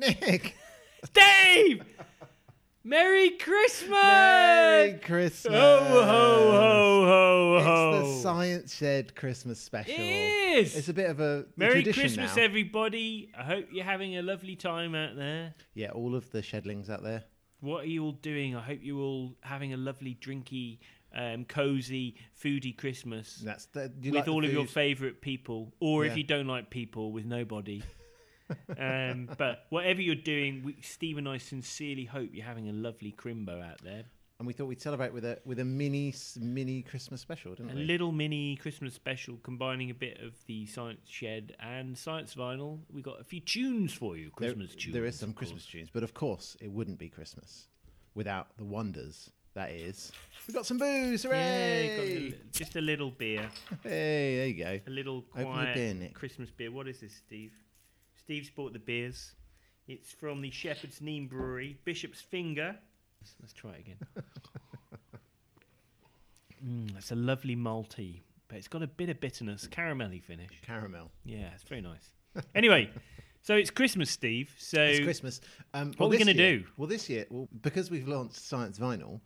Nick. Dave! Merry Christmas! Merry Christmas. Ho, ho, ho, ho, ho. It's the Science Shed Christmas special. It is! It's a bit of a Merry tradition Christmas, now. everybody. I hope you're having a lovely time out there. yeah, all of the shedlings out there. What are you all doing? I hope you're all having a lovely, drinky, um, cozy, foodie Christmas That's the, you with like the all of your food? favourite people, or Yeah. if you don't like people, with nobody. um, but whatever you're doing, we, Steve and I sincerely hope you're having a lovely crimbo out there. and we thought we'd celebrate with a with a mini s- mini Christmas special, didn't A we? little mini Christmas special combining a bit of the Science Shed and Science Vinyl. We got a few tunes for you, There- Christmas tunes. There is some of course. Christmas tunes, but of course it wouldn't be Christmas without the wonders. That is, we got some booze, Yeah, got a hooray! little- just a little beer, hey, there you go. a little Open the quiet beer, Nick. Christmas beer. What is this, Steve? Steve's bought the beers. It's from the Shepherd's Neem Brewery, Bishop's Finger. Let's, let's try it again. mm, it's a lovely malty, but it's got a bit of bitterness, caramelly finish. Caramel. Yeah, it's very nice. Anyway, so it's Christmas, Steve. So It's Christmas. Um, What are we this gonna year- do? Well, this year, well, because we've launched Science Vinyl,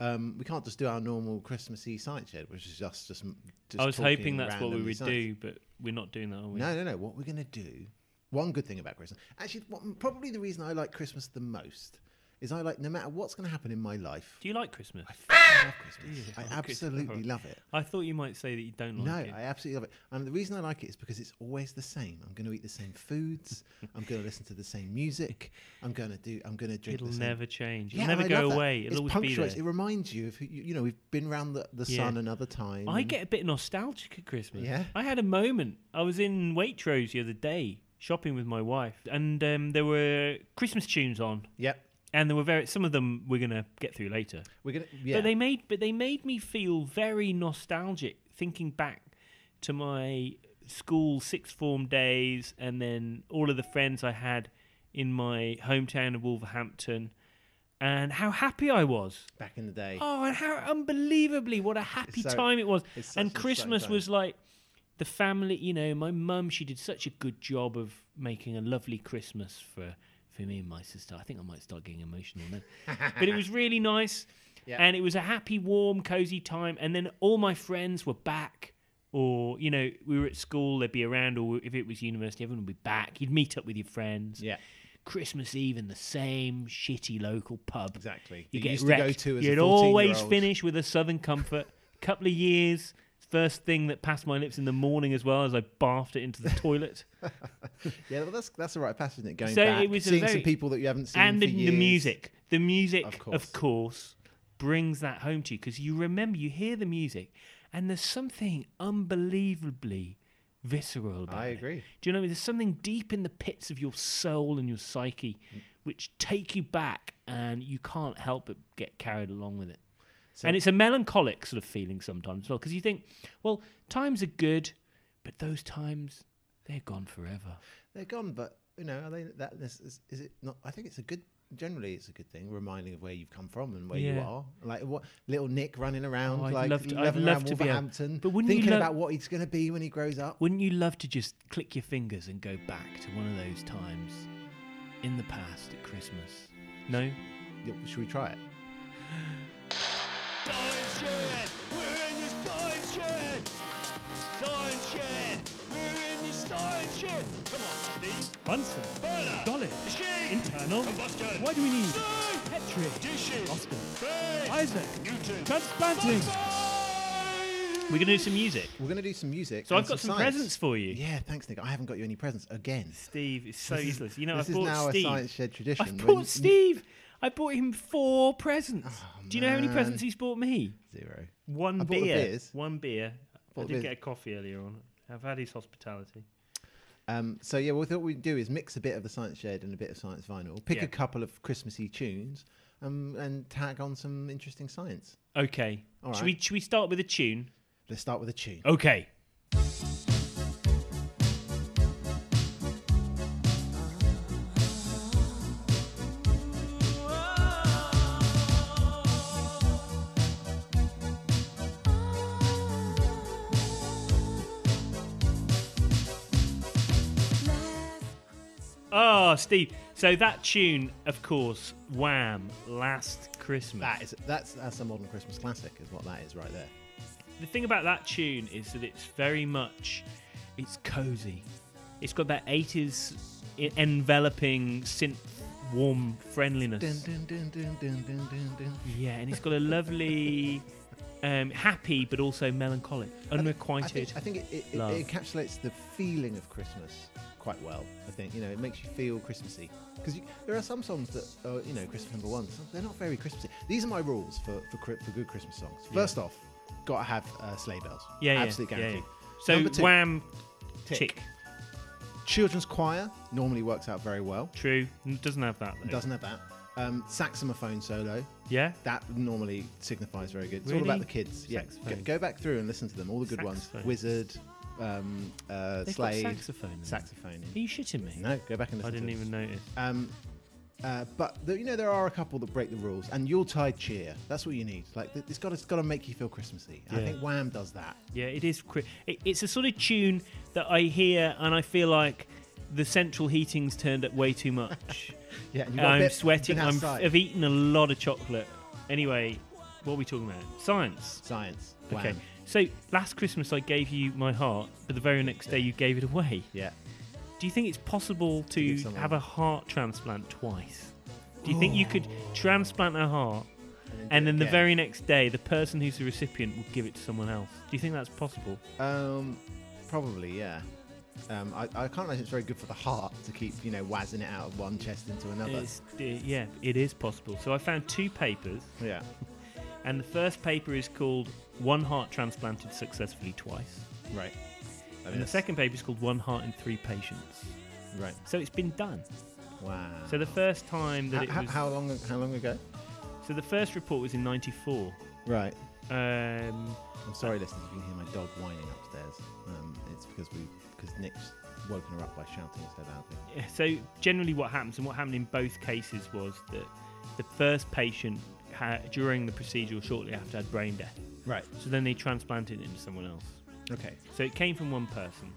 um, we can't just do our normal Christmassy Science Shed, which is us just. just I was talking hoping that's what we randomly would science. do, but we're not doing that, are we? No, no, no. What we're going to do, one good thing about Christmas, actually, what, probably the reason I like Christmas the most is I like no matter what's going to happen in my life. Do you like Christmas? I f- love Christmas. Yeah, I oh, good. absolutely love it. I thought you might say that you don't like No, it. I absolutely love it. And the reason I like it is because it's always the same. I'm going to eat the same foods. I'm going to listen to the same music. I'm going to do. I'm going to drink. It'll the same never change. It'll Yeah, never and I love go that. away. It'll It's always be punctuates. there. It reminds you of who- you you know we've been round the, the Yeah. sun another time. I and- get a bit nostalgic at Christmas. Yeah? I had a moment. I was in Waitrose the other day shopping with my wife, and um, there were Christmas tunes on, Yep, and there were very some of them we're gonna get through later. we're gonna. Yeah, But they made but they made me feel very nostalgic thinking back to my school sixth form days and then all of the friends I had in my hometown of Wolverhampton and how happy I was. back in the day. Oh, and how unbelievably what a happy so- time it was. it's such an And exciting Christmas time. was like the family, you know, my mum, she did such a good job of making a lovely Christmas for for me and my sister. I think I might start getting emotional now. but it was really nice. Yeah. And it was a happy, warm, cozy time. And then all my friends were back. Or, you know, we were at school, they'd be around. Or if it was university, everyone would be back. You'd meet up with your friends. Yeah, Christmas Eve in the same shitty local pub. exactly. You It get used wrecked. to go to as a You'd always 14-year-old. finish with a Southern Comfort. Couple of years, first thing that passed my lips in the morning as well as I barfed it into the toilet. Yeah, well, that's that's the right passage, isn't it? Going So back, it was a seeing some very- people that you haven't seen and for the, the years. music, the music, Of course. of course. brings that home to you because you remember, you hear the music, and there's something unbelievably visceral about I it. agree. Do you know what I mean? There's something deep in the pits of your soul and your psyche which take you back and you can't help but get carried along with it. So- and it's a melancholic sort of feeling sometimes as well because you think, well, times are good, but those times, they're gone forever. They're gone, but you know, are they that this is, is it not? I think it's a good. Generally, it's a good thing, reminding of where you've come from and where you Yeah. are. Like what little Nick running around, Oh, I'd like love to- I'd loving love around to be able- Wolverhampton, But wouldn't you thinking lo- about what he's going to be when he grows up. Wouldn't you love to just click your fingers and go back to one of those times in the past at Christmas? No? Yeah, Should we try it? Science shed, we're in the science shed. Science shed, we're in the science shed. Come on, Steve. Bunsen, Burner. Dolly, Machine. Internal. Combustion. Why do we need Steam. Petri, Dishes. Oscar, Base. Isaac, Newton. transplanting? We're going to do some music. We're going to do some music. So and I've got some science. presents for you. Yeah, thanks, Nick. I haven't got you any presents again. Steve is so This is- useless. You know, I this is bought now Steve. a science shed tradition. I when bought n- Steve. I bought him four presents. do you know how many Oh, man. presents he's bought me? Zero. One I bought the beer. beers. One beer. I Bought the did beers. get a coffee earlier on. I've had his hospitality. Um, so yeah, what we thought we'd do is mix a bit of the science shed and a bit of science vinyl. Pick Yeah. a couple of Christmassy tunes um, and tag on some interesting science. Okay. All Should, right. we, should we start with a tune? Let's start with a tune. Okay. Oh, Steve. So that tune, of course, Wham, Last Christmas. That is that's that's a modern Christmas classic, is what that is right there. the thing about that tune is that it's very much it's cozy it's got that 80s e- enveloping synth warm friendliness Dun, dun, dun, dun, dun, dun, dun, dun. yeah and it's got a lovely um, happy but also melancholic unrequited I think, I think it, it, love. it encapsulates the feeling of Christmas quite well. I think you know it makes you feel Christmassy because there are some songs that are you know Christmas number one. so They're not very Christmassy. These are my rules for for, cri- for good Christmas songs. First off, gotta have uh, sleigh bells. yeah yeah, absolute yeah, yeah, guarantee. so Number two, wham Tick. tick. children's choir normally works out very well. true N- doesn't have that though. Doesn't have that. Um, saxophone solo yeah that normally signifies very good. It's all Really? about the kids. Yeah, go, Saxophone. go back through and listen to them. All the good ones. Saxophone. Wizard, um, uh, They've got Slade, saxophone in it. saxophone. are you shitting me No, go back and I listen. didn't to it. even notice Um, uh, but the, you know there are a couple that break the rules, and Yuletide cheer. That's what you need. Like th- it's got it's got to make you feel Christmassy. And I Yeah. think Wham does that. Yeah, it is. Cri- it, it's a sort of tune that I hear and I feel like the central heating's turned up way too much. Yeah, and you've got a I'm bit- sweating. been I'm, outside. I've eaten a lot of chocolate. Anyway, what are we talking about? Science. science. Wham. Okay. So last Christmas I gave you my heart, but the very next day you gave it away. Yeah. Do you think it's possible to give someone- have a heart transplant twice? Do you think you could transplant a heart and then the Oh. Yeah. very next day the person who's the recipient will give it to someone else? Do you think that's possible? Um, probably yeah. Um, I, I can't imagine it's very good for the heart to keep you know wazzing it out of one chest into another. It's, uh, yeah, it is possible. So I found two papers, Yeah. and the first paper is called One Heart Transplanted Successfully Twice. Right. I And the that's- second paper is called One Heart in Three Patients. Right. So it's been done. Wow. So the first time that How, it how, was. how long? How long ago? So the first report was in 94. Right. Um, I'm sorry, listeners, if you can hear my dog whining upstairs. Um, it's because we because Nick's woken her up by shouting instead of out. yeah, so generally, what happens, and what happened in both cases, was that the first patient had, during the procedure or shortly after had brain death. Right. So then they transplanted it into someone else. Okay. So it came from one person.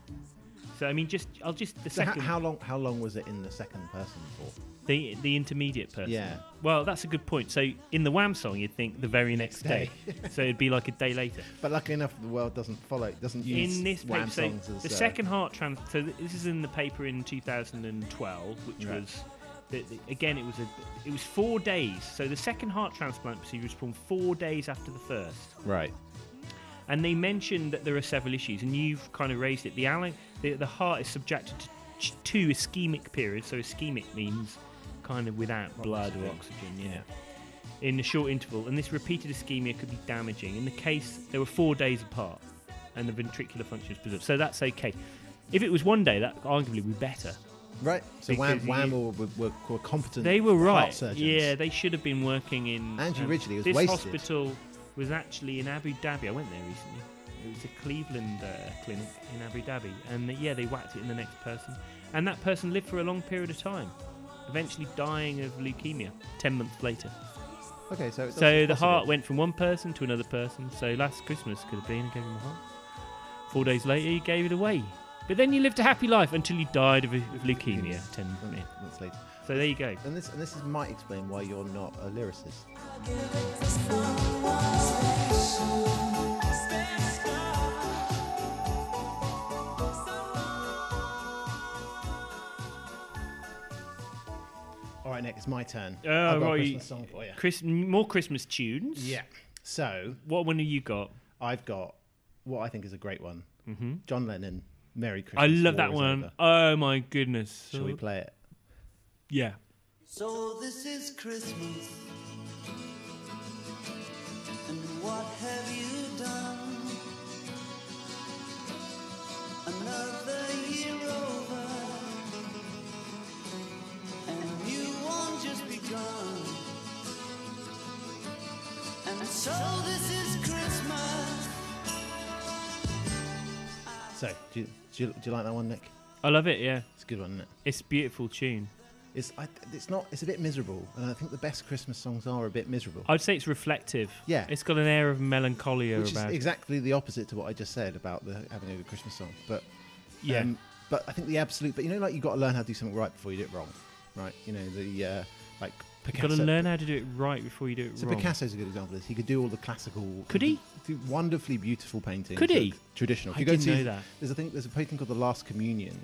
So I mean, just I'll just the So ho- second how long? How long was it in the second person for? the the intermediate person. Yeah. Well, that's a good point. So in the Wham song, you'd think the very next day. so it'd be like a day later. But luckily enough, the world doesn't follow. Doesn't use in this wham paper, so songs as the uh, second heart trans. So th- this is in the paper in 2012, which Right. was. The, the- again, it was a, it was four days. So the second heart transplant procedure was performed four days after the first. Right. and they mentioned that there are several issues, and you've kind of raised it. The alle- the, the heart is subjected to ch- two ischemic periods. So ischemic means kind of without blood or oxygen, yeah. In a short interval, and this repeated ischemia could be damaging. In the case, they were four days apart, and the ventricular function is preserved. So that's okay. If it was one day, that arguably would be better. Right. So wham, Because wham you- were, were, were, were competent. They were right. Heart surgeons. Yeah, they should have been working in. um, Andrew Ridgeley was This wasted. hospital was actually in Abu Dhabi. I went there recently. It was a Cleveland uh, clinic in Abu Dhabi, and uh, yeah, they whacked it in the next person, and that person lived for a long period of time, eventually dying of leukemia ten months later. Okay. So it's so the heart went from one person to another person. So last Christmas could have been gave him a heart. Four days later, he gave it away. But then you lived a happy life until you died of, of leukemia. Ten minutes. That's later. So there you go. And this and this is, might explain why you're not a lyricist. All right, Nick, it's my turn. Oh, I've got a right. Christmas song for you. Chris, more Christmas tunes. Yeah. So What one have you got? I've got what I think is a great one. Mm-hmm. John Lennon, "Merry Christmas." I love War that Is one. Over. Oh my goodness. Shall we play it? Yeah. So this is Christmas. And what have you done? Another year over. And you won't just be gone. And so this is Christmas. So, do you, do, you, do you like that one, Nick? I love it. Yeah, It's a good one, isn't it? it's a beautiful tune. It's I, it's not. It's a bit miserable, and I think the best Christmas songs are a bit miserable. I'd say it's reflective. Yeah. it's got an air of melancholia which is about. it. exactly the opposite to what I just said about the having a good Christmas song. But yeah, um, but I think the absolute. But you know, like you got to learn how to do something right before you do it wrong. right? You know, the uh, like You've got Picasso. to learn how to do it right before you do it So wrong. Picasso's a good example. Of this. He could do all the classical. Could he? do wonderfully beautiful paintings. Could he? that are Traditional. If I you go didn't to know that. There's a thing. There's a painting called The Last Communion,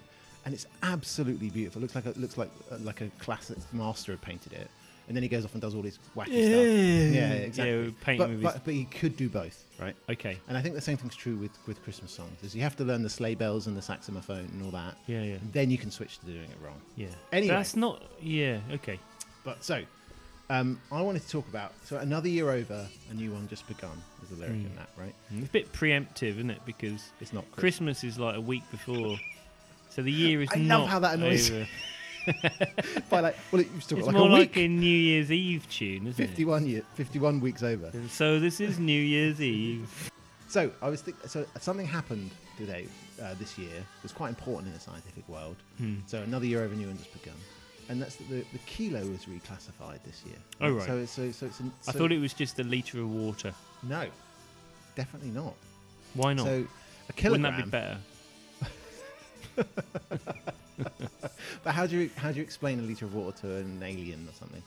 and it's absolutely beautiful. It looks like a, looks like uh, like a classic master had painted it. And then he goes off and does all this wacky stuff. Yeah, Yeah, exactly. painting but, with his- but, but he could do both, right? Okay. And I think the same thing's true with, with Christmas songs. Is you have to learn the sleigh bells and the saxophone and all that. Yeah, yeah, And then you can switch to doing it wrong. yeah. Anyway. that's not. Yeah. Okay. But so, um, I wanted to talk about so another year over, a new one just begun. Is the lyric Hmm. in that right? It's a bit preemptive, isn't it? Because It's not Christmas. Christmas is like a week before, so the year is I not love how that annoys over. By like, well, it- you've still It's got like more a like week. a New Year's Eve tune, isn't it? Fifty-one year, fifty-one weeks over. So this is New Year's Eve. So I was think- so something happened today, uh, this year. It was quite important in the scientific world. Hmm. So another year over new one just begun, and that's that the, the kilo was reclassified this year. Oh, right. So so so it's. An, I so- thought it was just a liter of water. No, definitely not. Why not? So a Wouldn't kilogram. that be better? but how do you how do you explain a liter of water to an alien or something?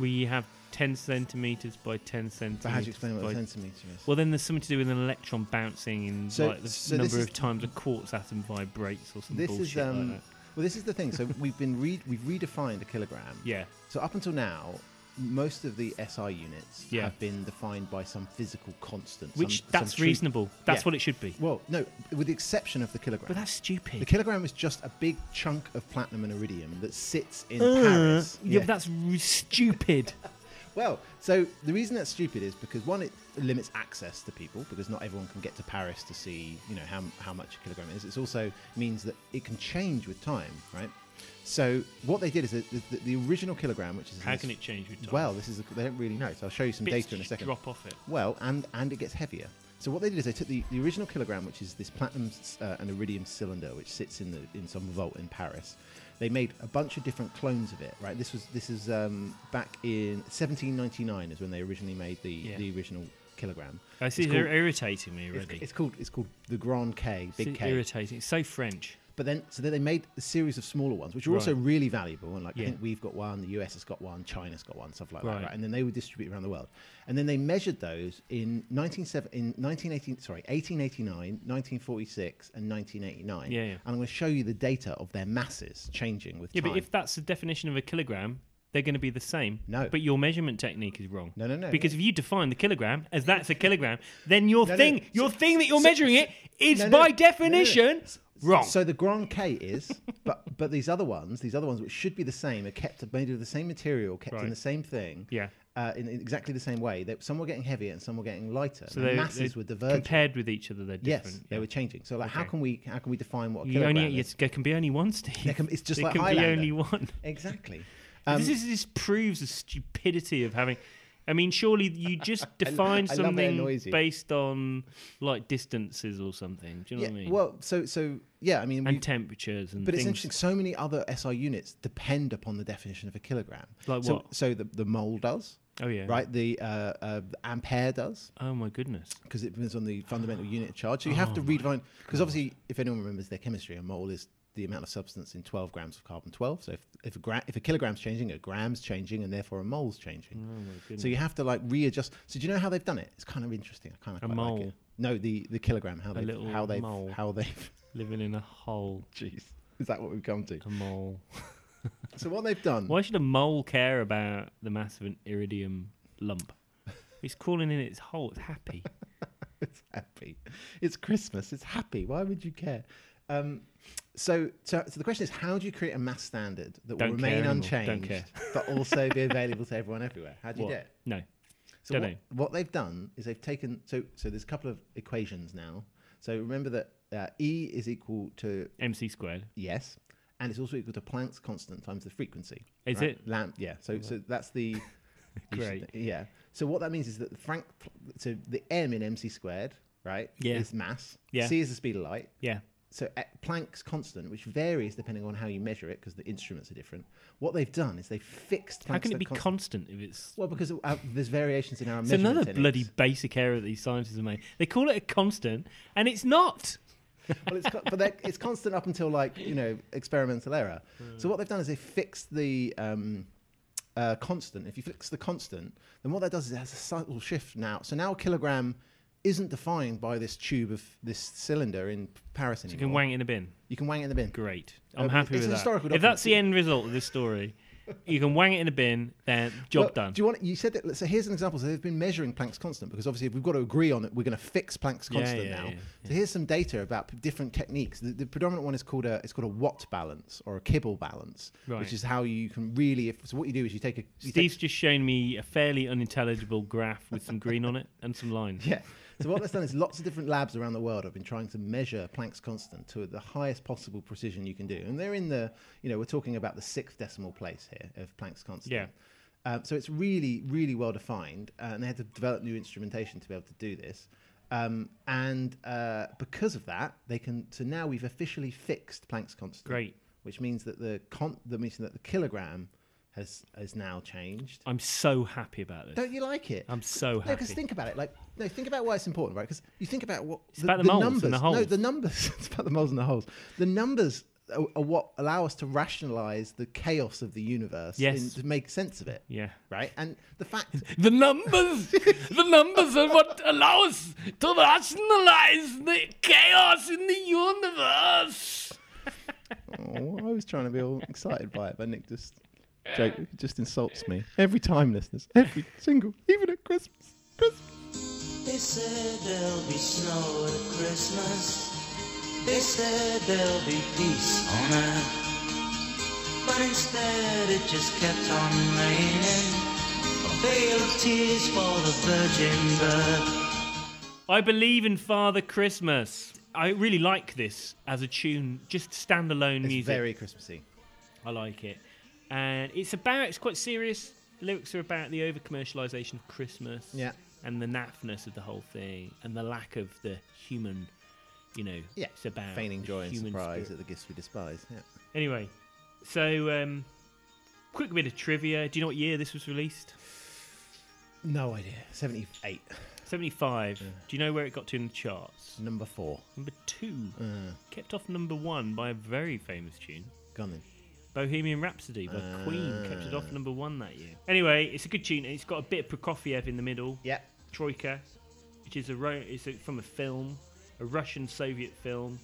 We have ten centimeters by ten centimeters. But how do you explain what by- a centimetre is? Well, then there's something to do with an electron bouncing in So- like the so this number is- of times a quartz atom vibrates or some This bullshit is um, like that. well, this is the thing. So we've been re- we've redefined a kilogram. Yeah. So up until now, most of the SI units Yeah. have been defined by some physical constant, Which some- some that's true- reasonable. That's Yeah. what it should be. Well, no, with the exception of the kilogram. But that's stupid. the kilogram is just a big chunk of platinum and iridium that sits in Paris. Uh, Yeah, but that's r- stupid. Well, so the reason that's stupid is because one, it limits access to people because not everyone can get to Paris to see, you know, how, how much a kilogram is. It also means that it can change with time, right? So what they did is that the, the, the original kilogram, which is in How this- can it change with time? Well, this is they don't really know. So I'll show you some Bits data in a just second. Drop off it. Well, and and it gets heavier. So what they did is they took the, the original kilogram, which is this platinum s- uh, and iridium cylinder, which sits in the in some vault in Paris. They made a bunch of different clones of it. Right, this was this is um, back in 1799 is when they originally made the Yeah. the original kilogram. I see. It's They're called, irritating me it's, already. it's called it's called the Grand K, It's Big K. irritating. It's so French. But then so then they made a series of smaller ones, which are also Right. really valuable. And like Yeah. I think we've got one, the US has got one, China's got one, stuff like Right. that. Right? And then they were distributed around the world. And then they measured those in 1970 in 1918 sorry 1889, 1946, and 1989. Yeah, yeah. And I'm going to show you the data of their masses changing with Yeah, time. but if that's the definition of a kilogram, they're going to be the same. No. But your measurement technique is wrong. No, no, no. Because if you define the kilogram as that's a kilogram, then your No, no. thing, your thing that you're so- measuring so- it is No, no, no, by no, no. definition wrong. So the Grand K is, but but these other ones, these other ones which should be the same, are kept made of the same material, kept Right. in the same thing, Yeah. uh, in, in exactly the same way. That some were getting heavier and some were getting lighter. So the they- masses they- were diverging. compared with each other. They're yes, different. they yeah. were changing. So like, how Okay. can we how can we define what a You kilogram only, is? yes, there can be only one, Steve. There can- it's just there like can be Highlander. Um, only one. Exactly. this, is, this proves the stupidity of having. I mean, surely you just define I love it something annoys you. based on like distances or something. Do you know yeah, what I mean? well, so so yeah, I mean, we, and temperatures and but it's things. interesting. So many other SI units depend upon the definition of a kilogram. Like so, what? So the the mole does. Oh yeah. Right, the uh, uh, ampere does Oh my goodness. because it depends on the fundamental unit of charge. So you Oh, have to redefine because obviously, if anyone remembers their chemistry, a mole is the amount of substance in 12 grams of carbon 12. So if, if a gra- if a kilogram's changing, a gram's changing, and therefore a mole's changing. Mm, so you have to like readjust. So do you know how they've done it? It's kind of interesting. I kind of A quite like mole. it. No, the the kilogram. How they little how they mole. how they've. Living in a hole. Jeez, is that what we've come to? A mole. So what they've done? Why should a mole care about the mass of an iridium lump? It's crawling in its hole. It's happy. it's happy. It's Christmas. It's happy. Why would you care? Um, so, so, so the question is, how do you create a mass standard that Don't will care remain anymore. unchanged, Don't care. but also be available to everyone everywhere? How do you What? do it? No. So Don't what, know. what they've done is they've taken so so there's a couple of equations now. So remember that uh, E is equal to MC squared. yes, and it's also equal to Planck's constant times the frequency. Is it? Lamp. Yeah. So so that's the you should- yeah. So what that means is that the Frank, so the m in mc squared, right? Yeah. Is mass. Yeah. C is the speed of light. Yeah. So e- Planck's constant, which varies depending on how you measure it, because the instruments are different. What they've done is they've fixed. Planck's How can it be constant? constant if it's? well, because uh, there's variations in our. It's measurement another techniques. bloody basic error that these scientists have made. They call it a constant, and it's not. well, it's co- but they're- it's constant up until like you know experimental error. Hmm. So what they've done is they fixed the um, uh, constant. If you fix the constant, then what that does is it has a subtle shift now. So now a kilogram isn't defined by this tube of this cylinder in Paris anymore. You can wang it in a bin. You can wang it in the bin. Great. Uh, I'm but happy it's with a that. historical if document. that's the end result of this story, you can wang it in a bin, then job Well, done. Do you want? You said that. So here's an example. So they've been measuring Planck's constant because obviously if we've got to agree on it, we're going to fix Planck's Yeah, constant yeah, now. yeah, So here's some data about p- different techniques. The, the predominant one is called a it's called a Watt balance or a Kibble balance, Right. which is how you can really. If, so what you do is you take a you take- Steve's just shown me a fairly unintelligible graph with some green on it and some lines. yeah. So what that's done is lots of different labs around the world have been trying to measure Planck's constant to the highest possible precision you can do, and they're in the you know we're talking about the sixth decimal place here of Planck's constant. Yeah. Um, so it's really, really well defined, uh, and they had to develop new instrumentation to be able to do this. Um, and uh, because of that, they can. So now we've officially fixed Planck's constant. Great. Which means that the con- that means that the kilogram has has now changed. I'm so happy about this. Don't you like it? I'm so No, because happy. think about it. Like, no, think about why it's important, right? Because you think about what it's about the moles and numbers. the No, holes. the numbers. it's about the moles and the holes. The numbers are, are what allow us to rationalize the chaos of the universe. Yes. and to make sense of it. Yeah. Right. And the fact. The numbers, the numbers are what allow us to rationalize the chaos in the universe. oh, I was trying to be all excited by it, but Nick just joke just insults me every time, listeners. Every single, even at Christmas. Christmas. They said there'll be snow at Christmas. They said there'll be peace on earth. But instead it just kept on raining. A veil of tears for the virgin birth. I believe in Father Christmas. I really like this as a tune, just standalone It's music. very Christmassy. I like it. And it's about, it's quite serious. Lyrics are about the over commercialization of Christmas. Yeah. And the naffness of the whole thing and the lack of the human, you know, Yeah. it's about Uh, feigning the joy and human surprise spirit. at the gifts we despise. Yeah. Anyway, so um, quick bit of trivia. Do you know what year this was released? No idea. Seventy-eight, 75. Do you know where it got to in the charts? number four. Number two. Uh. Kept off number one by a very famous tune. Gone then. Bohemian Rhapsody by Queen kept it off Uh. number one that year. Anyway, it's a good tune. It's got a bit of Prokofiev in the middle. Yeah. Troika, which is a Ro- is a, from a film, a Russian Soviet film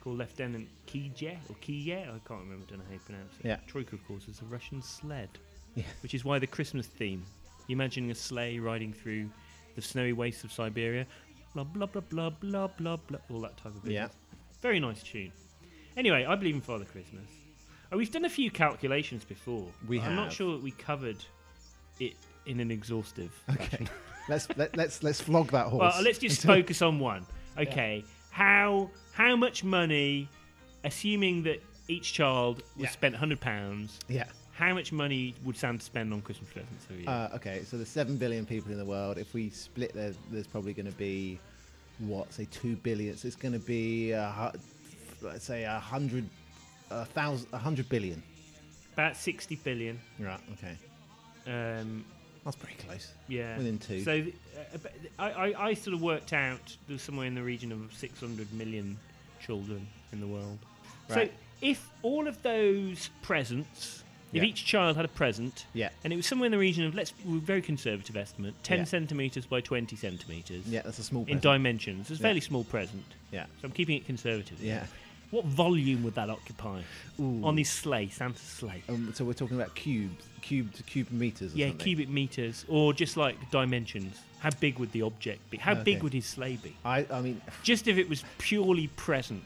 called Lieutenant Kijev or Kijev. I can't remember. Don't know how you pronounce it. Yeah. Troika, of course, is a Russian sled, Yeah. which is why the Christmas theme. You imagining a sleigh riding through the snowy wastes of Siberia, blah blah blah blah blah blah blah, all that type of business. Yeah. Very nice tune. Anyway, I believe in Father Christmas. Oh, we've done a few calculations before. We I'm not have. sure that we covered it in an exhaustive. Okay. let's let, let's let's flog that horse. Well, let's just focus on one. Okay, how how much money, assuming that each child was Yeah. spent hundred pounds, yeah. how much money would Santa spend on Christmas presents every year? Uh, okay, so there's seven billion people in the world. If we split, there, there's probably going to be what say two billion. So it's going to be uh, hu- let's say a hundred, a thousand, a hundred billion. About sixty billion. Right. Okay. Um, That's pretty close. yeah, Within two. So th- uh, but I, I I sort of worked out there was somewhere in the region of six hundred million children in the world. Right. So if all of those presents. If Yeah. each child had a present, Yeah. and it was somewhere in the region of let's we're very conservative estimate, ten Yeah. centimeters by twenty centimeters Yeah, that's a small. in present. dimensions. It's a Yeah. fairly small present, yeah. so I'm keeping it conservative. Yeah. What volume would that occupy on this sleigh, Santa's sleigh? Um, so we're talking about cubes, cube to cube meters. Or yeah, something. cubic meters, or just like dimensions. How big would the object be? How Okay. big would his sleigh be? I, I mean, Just if it was purely present.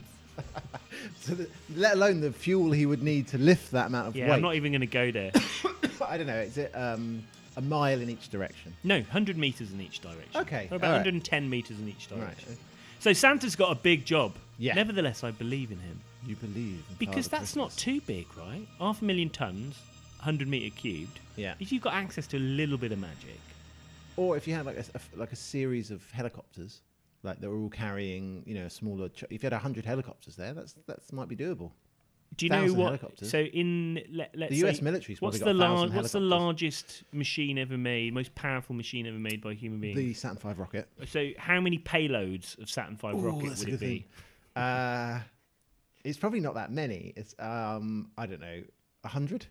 so the, let alone the fuel he would need to lift that amount of Yeah, weight. I'm not e- even going to go there. I don't know. Is it um, a mile in each direction? no, 100 meters in each direction. Okay, Or all about right. 110 meters in each right. direction. So Santa's got a big job. Yeah. Nevertheless, I believe in him. You believe in Because Father that's not Christmas. too big, right? Half a million tons, 100 meter cubed. Yeah. If you've got access to a little bit of magic, Or if you had like a, a- like a series of helicopters, like that were all carrying, you know, a smaller. Ch- if you had hundred helicopters there, that's that's might be doable. do you know Thousand what? helicopters. So in let, let's The US say- military's what's the probably got a thousand what's the helicopters. largest machine ever made, most powerful machine ever made by a human being? The Saturn V rocket. so how many payloads of Saturn V Ooh, rocket that's a would good it be? thing. Uh, it's probably not that many. It's um, I don't know, a hundred.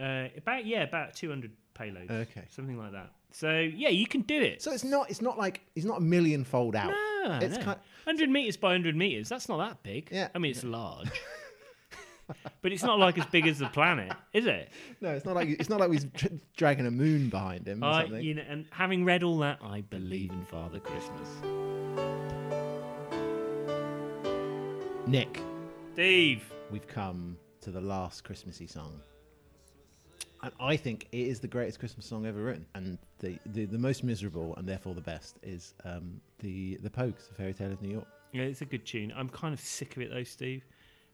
Uh, about yeah, about 200 payloads. Okay. Something like that. So yeah, you can do it. So it's not. It's not like it's not a million fold out. Ah, it's no. kind. 100 meters by 100 meters. That's not that big. Yeah. I mean, it's large. but it's not like as big as the planet, is it? No, it's not like it's not like he's dra- dragging a moon behind him or I, something. Uh, you know, and having read all that, I believe in Father Christmas. Nick, Steve, we've come to the last Christmassy song. And I think it is the greatest Christmas song ever written, and the, the, the most miserable and therefore the best is um, the the Pogues, "The Fairy Tale of New York." yeah, it's a good tune. I'm kind of sick of it though, Steve.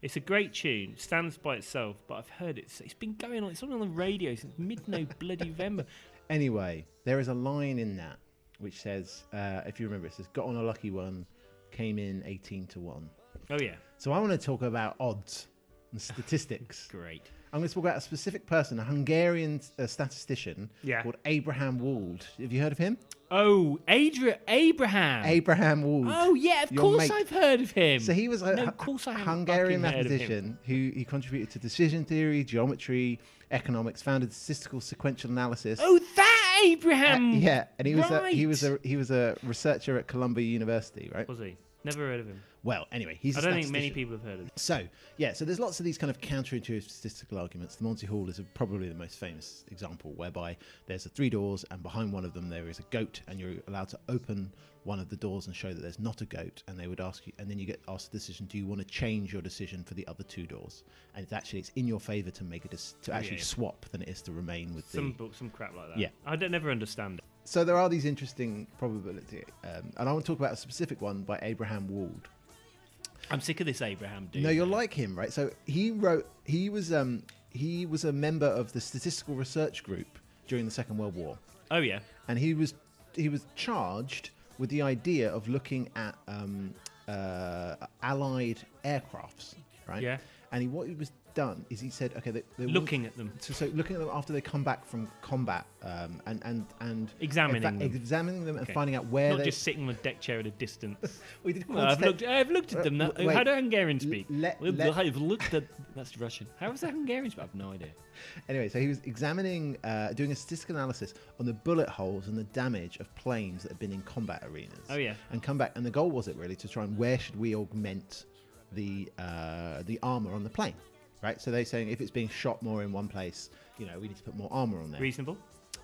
It's a great tune. It stands by itself, but I've heard it. It's been going on. It's on on the radio since mid no bloody November. Anyway, there is a line in that which says, uh, if you remember, it says, "Got on a lucky one, came in eighteen to one." Oh yeah, So I want to talk about odds and statistics. great. I'm going to talk about a specific person, a Hungarian uh, statistician Yeah. called Abraham Wald. Have you heard of him? Oh, Adria Abraham. Abraham Wald. oh yeah, of your course mate. I've heard of him. So he was a no, Hu- of course I haven't Hungarian fucking heard of him. mathematician who he contributed to decision theory, geometry, economics, founded statistical sequential analysis. Oh, that Uh, Abraham. yeah, and he was a, he was a right. he was a researcher at Columbia University, right? Was he? Never heard of him. Well, anyway, he's. a I don't think many statistician. people have heard of him. So yeah, so there's lots of these kind of counterintuitive statistical arguments. The Monty Hall is probably the most famous example, whereby there's a three doors, and behind one of them there is a goat, and you're allowed to open one of the doors and show that there's not a goat, and they would ask you, and then you get asked a decision: Do you want to change your decision for the other two doors? And it's actually it's in your favour to make it to actually yeah. swap than it is to remain with Some the book, some crap like that. Yeah. I don't never understand it. so there are these interesting probability, um, and I want to talk about a specific one by Abraham Wald. I'm sick of this Abraham dude. No, you're like him, right? So he wrote. He was um, he was a member of the statistical research group during the Second World War, Oh yeah. and he was he was charged with the idea of looking at um, uh, Allied aircrafts, right? Yeah. And he, what he was done is he said, okay, they, they Looking at them. so, so looking at them after they come back from combat, um, and and and Examining in fact, them. examining them, and Okay. finding out where Not they just sitting on a deck chair at a distance. we did Well, I've quantita- looked. I've looked at them. Uh, Now. w- How wait. do Hungarians speak? Let- Well, let- I've looked at. That's Russian. How is that Hungarian? speak? I've no idea. Anyway, so he was examining, uh, doing a statistical analysis on the bullet holes and the damage of planes that have been in combat arenas. Oh, yeah. and come back. And the goal was it really to try and where should we augment the uh, the armor on the plane, right? So they're saying if it's being shot more in one place, you know, we need to put more armor on there. Reasonable.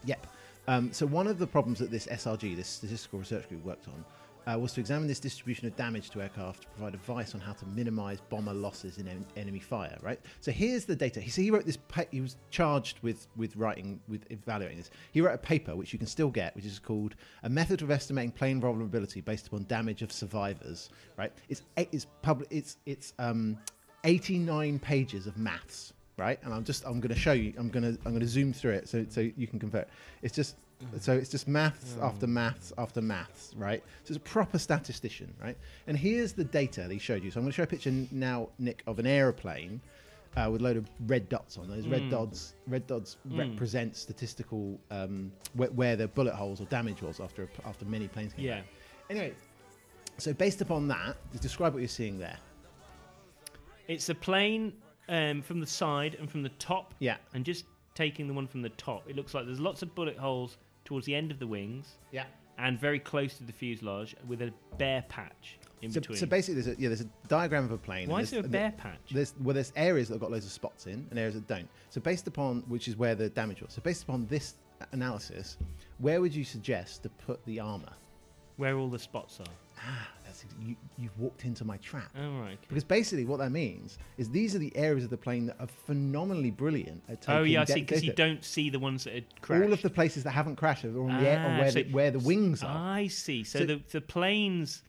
Yep. Um, so one of the problems that this SRG, this statistical research group, worked on uh, was to examine this distribution of damage to aircraft to provide advice on how to minimise bomber losses in en- enemy fire. Right. So here's the data. He, so he wrote this. Pa- he was charged with with writing with evaluating this. He wrote a paper which you can still get, which is called "A Method of Estimating Plane Vulnerability Based Upon Damage of Survivors." Right. It's eight- it's public. It's it's um, 89 pages of maths right? And I'm just I'm going to show you. I'm going to I'm going to zoom through it so so you can compare. It's just so it's just maths after maths after maths, right? So it's a proper statistician, right? And here's the data that he showed you. So I'm going to show a picture n- now, Nick, of an aeroplane. Uh, with a load of red dots on those red dots red dots represent statistical um, where, where the bullet holes or damage was after a- after many planes came Yeah. back. anyway so based upon that describe what you're seeing there It's a plane um, from the side and from the top. Yeah. And just taking the one from the top, it looks like there's lots of bullet holes towards the end of the wings. yeah and very close to the fuselage with a bare patch in so, between. so basically there's a, yeah there's a diagram of a plane and Why is there there's- a and the- bare patch? There's well, there's areas that have got loads of spots in, and areas that don't. So based upon which is where the damage was. So based upon this analysis, where would you suggest to put the armor? Where all the spots are. Ah, that's ex- you, you've walked into my trap. All right. okay. Because basically, what that means is these are the areas of the plane that are phenomenally brilliant at taking. Oh yeah, I da- see. Because you data. don't see the ones that had crashed. All of the places that haven't crashed are on the air, Ah, on where, so- the, where the wings are. I see. So, So- the, the planes,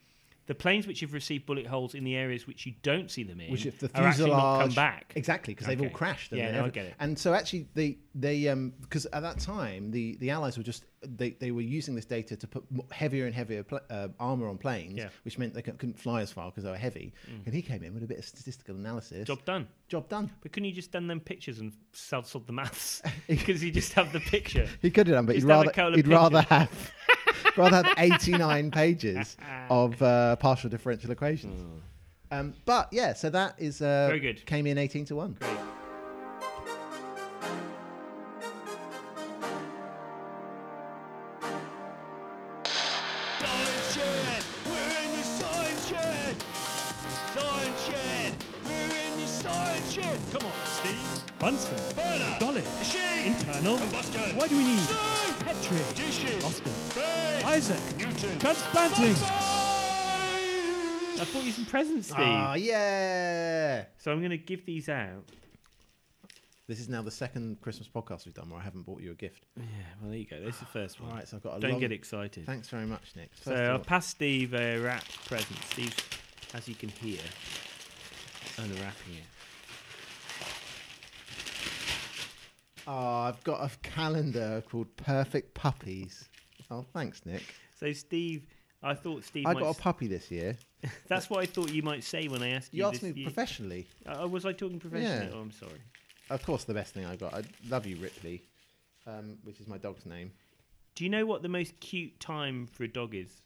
the planes which have received bullet holes in the areas which you don't see them in, which if the are actually not fuselage come back. exactly because they've all Okay. crashed. and Yeah, they no, I haven't- get it. And so actually, they they um because at that time the the Allies were just they, they were using this data to put mo- heavier and heavier pl- uh, armor on planes, Yeah. which meant they cou- couldn't fly as far because they were heavy. And he came in with a bit of statistical analysis. Job done. Mm. Job done. But couldn't you just done them pictures and solve solve the maths? Because you just have the picture. He could have done, but Just he'd have a rather couple of he'd rather have rather have 89 pages of uh, partial differential equations. Um, but yeah, so that is uh, Very good. Came in 18 to one. Great. Science shed, we're in the science shed. Science shed, we're in the science shed. Come on, Steve. Bunsen, Burner. Dolly, Machine. Internal, Combustion. Why do we need Soon. Petri, Dishes. Oscar, Brain. Isaac, Newton. Transplanting, Bye. I bought you some presents, Steve. Ah, yeah. so I'm going to give these out. This is now the second Christmas podcast we've done where I haven't bought you a gift. Yeah, well, there you go. That's the first All one. right, so I've got a Don't long- get excited. Thanks very much, Nick. First So of I'll all- pass Steve a wrapped present. Steve, as you can hear, unwrapping it. Oh, I've got a calendar called Perfect Puppies. Oh, thanks, Nick. So Steve, I thought Steve. I might got a s- puppy this year. That's what I thought you might say when I asked you. You asked this me year. professionally. Uh, was I talking professionally? Yeah. Oh, I'm sorry. Of course, the best thing I got. I love you, Ripley, um, which is my dog's name. Do you know what the most cute time for a dog is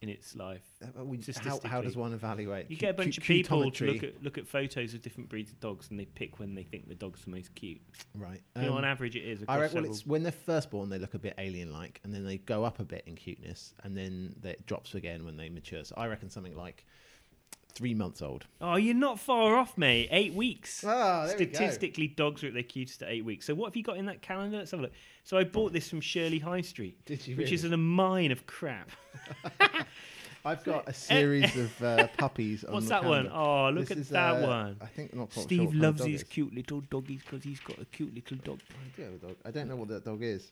in its life? Uh, but we- How, how Statistically. does one evaluate? You cu- get a bunch cu- of people to cutometry? look at look at photos of different breeds of dogs, and they pick when they think the dog's the most cute. right. You know, um, on average, it is. I reckon Across well, several- it's when they're first born, they look a bit alien-like, and then they go up a bit in cuteness, and then they- it drops again when they mature. So I reckon something like three months old. Oh, you're not far off, mate. Eight weeks. Ah, there we go. Statistically, dogs are at their cutest at eight weeks. So what have you got in that calendar? Let's have a look. So I bought this from Shirley High Street, Did you which really? is in a mine of crap. I've got a series of uh, puppies. On Eh, What's the that one? calendar. Oh, look at is, that uh, one. I think not quite sure what Steve kind of loves dog his it is. cute little doggies because he's got a cute little dog. I do have a dog. I don't know what that dog is.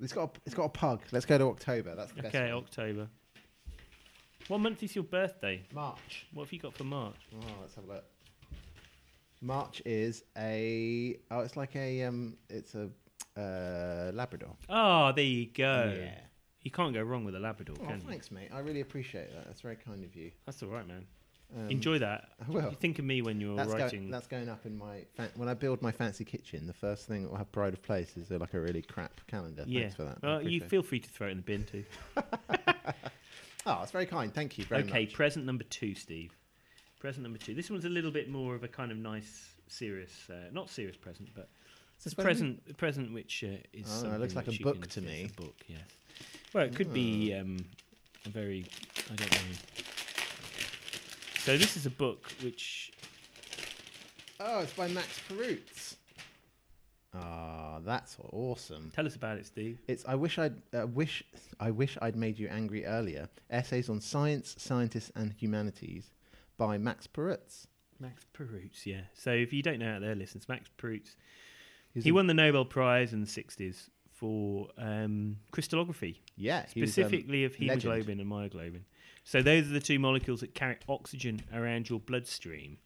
It's got a, it's got a pug. Let's go to October. That's the best. Okay, one. October. What month is your birthday? March. What have you got for March? Oh, let's have a look. March is a oh, it's like a um, it's a uh, Labrador. Oh, there you go. Yeah. You can't go wrong with a Labrador, Oh, can you? thanks, mate. I really appreciate that. That's very kind of you. That's all right, man. Um, Enjoy that. I will. You think of me when you're That's, go- writing. that's going up in my fan- when I build my fancy kitchen. The first thing that will have pride of place is uh, like a really crap calendar. yeah. Thanks for that. I Well, you appreciate it. feel free to throw it in the bin too. Oh, that's very kind. Thank you very okay, much. present number two, Steve. Present number two. This one's a little bit more of a kind of nice, serious, uh, not serious present, but it's a what I mean? present, a present which uh, is. Oh, it something looks like a which you book can- to it's me. Hmm. A book, yes. Well, it could be um, a very. I don't know. So this is a book which Oh, it's by Max Perutz. Ah, that's awesome. tell us about it, Steve. It's I wish I'd uh, wish I wish I'd made you angry earlier. Essays on science, scientists, and humanities by Max Perutz. Max Perutz, yeah. So if you don't know out there, listeners, Max Perutz, He's he a- won the Nobel Prize in the '60s for um, crystallography. Yeah, he was, um, specifically of legend. hemoglobin and myoglobin. So those are the two molecules that carry oxygen around your bloodstream.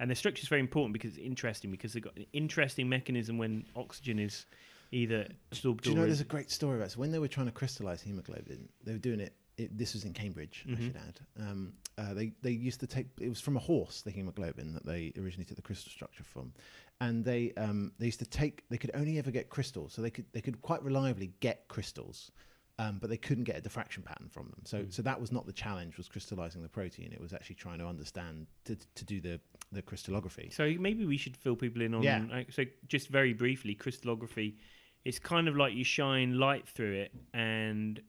And their structure is very important because it's interesting because they've got an interesting mechanism when oxygen is either absorbed Do you know or there's is, a great story about this? When they were trying to crystallize hemoglobin, they were doing it. it this was in Cambridge, I should add. Um, uh, they they used to take it was from a horse, the hemoglobin that they originally took the crystal structure from, and they um, they used to take they could only ever get crystals, so they could they could quite reliably get crystals. Um, but they couldn't get a diffraction pattern from them, so so that was not the challenge. Was crystallizing the protein? It was actually trying to understand to, to do the the crystallography. So maybe we should fill people in on. Yeah. like, So just very briefly, crystallography. It's kind of like you shine light through it, and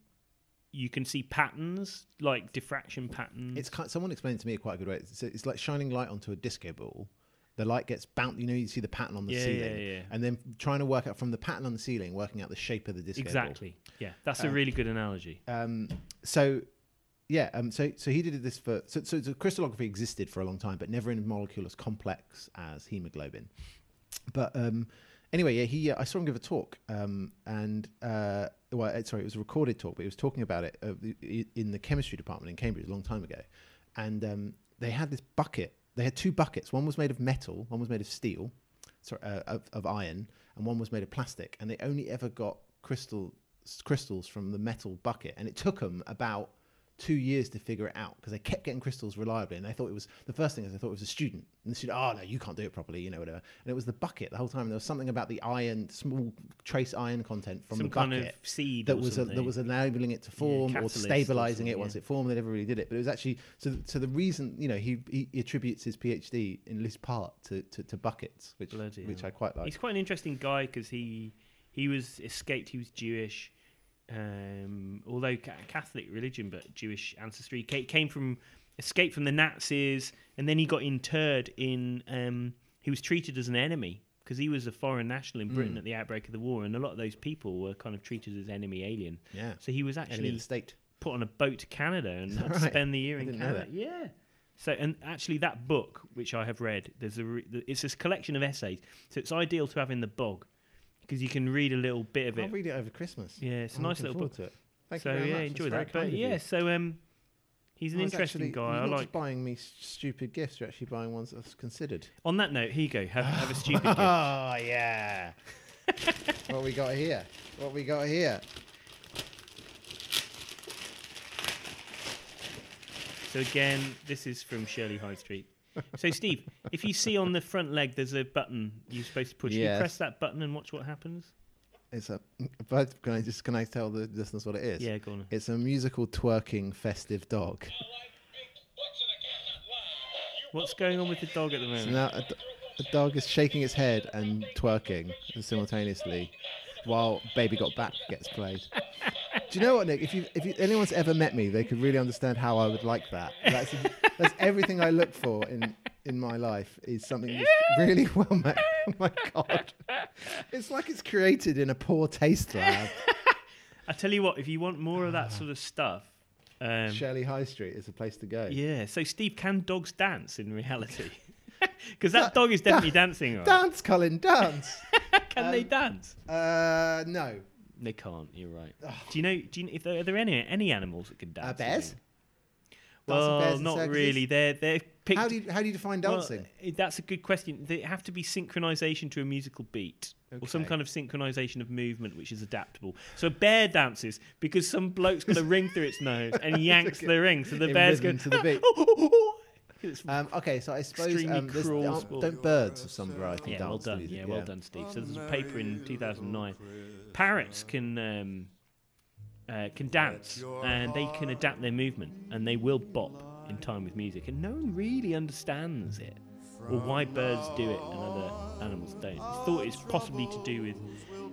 you can see patterns like diffraction patterns. It's kind. Someone explained to me quite a good way. It's, it's like shining light onto a disco ball. The light gets bounced. You know, you see the pattern on the Yeah, ceiling, yeah, yeah. and then trying to work out from the pattern on the ceiling, working out the shape of the disco ball. exactly. Yeah, that's Uh, a really good analogy. Um, so, yeah. Um, so, so he did this for. So, so, so crystallography existed for a long time, but never in a molecule as complex as hemoglobin. But um, anyway, yeah, he. Uh, I saw him give a talk, um, and uh, well, uh, sorry, it was a recorded talk, but he was talking about it uh, i- in the chemistry department in Cambridge a long time ago, and um, they had this bucket. They had two buckets. One was made of metal. One was made of steel, sorry, uh, of, of iron, and one was made of plastic. And they only ever got crystal crystals from the metal bucket, and it took them about two years to figure it out because they kept getting crystals reliably. And they thought it was the first thing is they thought it was a student. And the student, oh no, you can't do it properly, you know, whatever. And it was the bucket the whole time. There was something about the iron, small trace iron content from Some the bucket kind of seed that or was a, that something. was enabling it to form or catalyst or stabilizing it something, once yeah. it formed. They never really did it, but it was actually so. So the reason you know he, he attributes his PhD in at least part to, to, to buckets, which Bloody which hell. I quite like. He's quite an interesting guy because he he was escaped. He was Jewish, um, although ca- Catholic religion, but Jewish ancestry. Ca- came from escaped from the Nazis, and then he got interred in. Um, he was treated as an enemy because he was a foreign national in Britain at the outbreak of the war, and a lot of those people were kind of treated as enemy alien. Yeah. So he was enemy of actually the state. put on a boat to Canada and had to right? spend the year I in didn't know Canada. that. Yeah. So and actually that book which I have read, there's a re- th- it's this collection of essays. So it's ideal to have in the bog because you can read a little bit of I'll it. read it over Christmas. Yeah, it's a I'm nice looking forward little book. To it. Thank so you very yeah, much. That's enjoy very that. kind of But you. yeah, so um, he's an Oh, it's interesting actually- guy. You're I not like. just buying me s- stupid gifts. You're actually buying ones that's considered. On that note, here you go. Have, have a stupid gift. Oh yeah. what we got here? What we got here? So again, this is from Shirley High Street. So Steve, if you see on the front leg there's a button you're supposed to push, Yes. you press that button and watch what happens. It's a. But can I just can I tell the listeners what it is? Yeah, go on. It's a musical twerking festive dog. What's going on with the dog at the moment? So now a, d- a dog is shaking its head and twerking simultaneously, while "Baby Got Back" gets played. Do you know what, Nick? If you if you, anyone's ever met me, they could really understand how I would like that. That's, that's everything I look for in in my life is something that's really well made. Oh my god! It's like it's created in a poor taste lab. I tell you what, if you want more of Ah. that sort of stuff, um, Shirley High Street is the place to go. yeah. So Steve, can dogs dance in reality? Because that dog is definitely dancing. Right? Dance, Colin, dance. can they um, dance? uh, no, They can't. You're right. Do you know? Do you know if there, are there any any animals that can dance? uh, you bears. think? Dancing Well, bears in not circuses? really. They're they're picked. How do you how do you define well, dancing? eh, that's a good question. They have to be synchronization to a musical beat. Or some Okay. kind of synchronization of movement which is adaptable. So a bear dances because some bloke's got a ring through its nose and yanks the ring, so the in bear's rhythm going to the beat. It's Um, okay, so I suppose Extremely um, there's- cruel aren't- sport. don't birds of some variety Yeah, dance well to done. music? Yeah, well done, Steve. So there's a paper in 2009. Parrots can um, uh, can dance and they can adapt their movement and they will bop in time with music. And no one really understands it or why birds do it and other animals don't. It's thought it's possibly to do with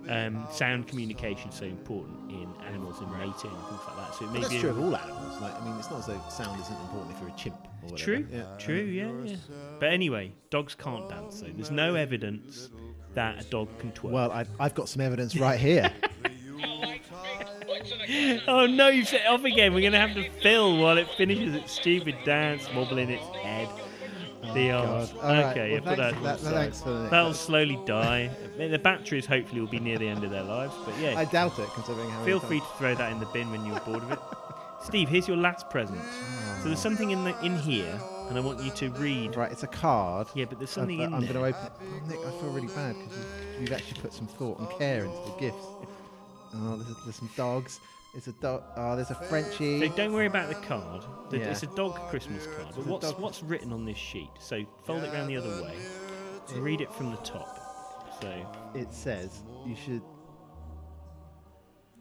um, sound communication so important in animals and mating and things like that. So it may But be that's true of all animals. Like, I mean, it's not as though sound isn't important if you're a chimp or whatever. True, Yeah. true, yeah, yeah. But anyway, dogs can't dance, so there's no evidence that a dog can twerk. Well, I've, I've got some evidence right here. oh no, you've set it off again. We're going to have to fill while it finishes its stupid dance, wobbling its head. The arms. Oh, God. All right, okay, well, yeah, put thanks- that, to that- one side. thanks for the- That'll slowly die. I mean, the batteries hopefully will be near the end of their lives, but yeah, I doubt it, considering how. many feel times- free to throw that in the bin when you're bored of it. Steve, here's your last present. So there's something in the in here, and I want you to read. Oh. Right, it's a card. Yeah, but there's I- something I- in I'm there. going to open it. Oh, Nick, I feel really bad because you, you've actually put some thought and care into the gifts. Oh, there's, there's some dogs. It's a dog. Oh, there's a Frenchie. So don't worry about the card. The, Yeah. It's a dog Christmas card. But a what's dog- what's written on this sheet? So fold it round the other way. and Read it from the top. So it says you should.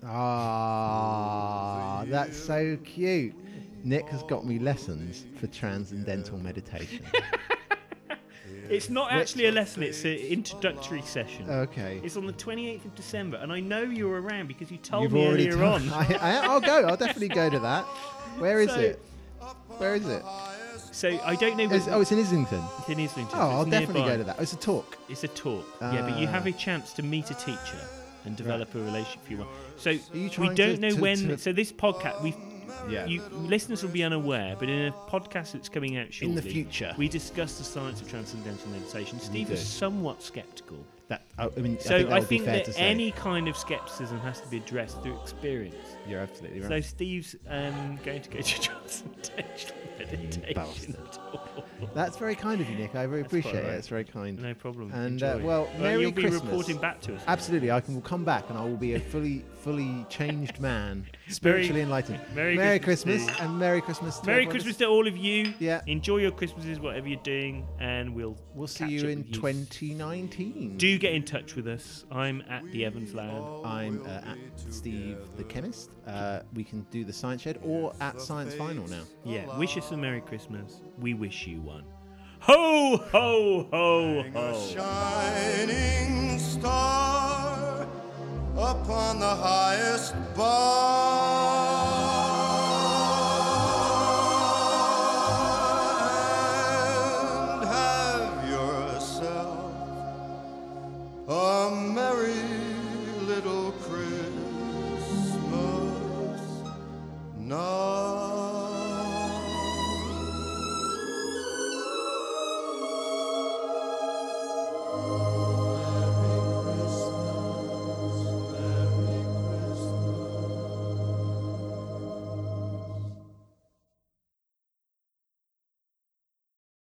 Ah, that's so cute. Nick has got me lessons for transcendental meditation. it's not actually a lesson. It's an introductory session. Okay. It's on the 28th of December, and I know you were around because you told You've me already earlier done- on. I, I, I'll go. I'll definitely go to that. Where is So- it? Where is it? So I don't know. It's, whether oh, it's in Islington. it's in Islington. Oh, I'll it's definitely nearby. go to that. It's a talk. It's a talk. yeah, but you Ah. have a chance to meet a teacher and develop a relationship if you want. So you we trying don't to- know to- when. to- So this podcast, we Yeah. you listeners will be unaware, but in a podcast that's coming out In shortly, the future. we discuss the science of transcendental meditation. Steve do. is somewhat skeptical. That, I, I mean, I So think that, I would be think fair that to say. any kind of skepticism has to be addressed through experience. You're absolutely So Steve's um, going to go to transcendental meditation. bastard. That's very kind of you, Nick. I very quite appreciate all it. right. That's very kind. No problem. And Enjoy. uh, well, Merry you'll Christmas. be reporting back to us. Absolutely, I can will come back and I will be a fully fully changed man Spiritually enlightened. Merry Merry Christmas Christmas, to you. and Merry Christmas. To Merry everyone. Christmas to all of you. Yeah. Enjoy your Christmases, whatever you're doing, and we'll We'll see catch you up in with you. 2019. Do get in touch with us. I'm at the Evans Lab. I'm uh, at Steve the Chemist. Uh, we can do the Science Shed or at Science Final now. Yeah. Wish us a Merry Christmas. We wish you one. Ho ho ho ho. shining star upon the highest bar.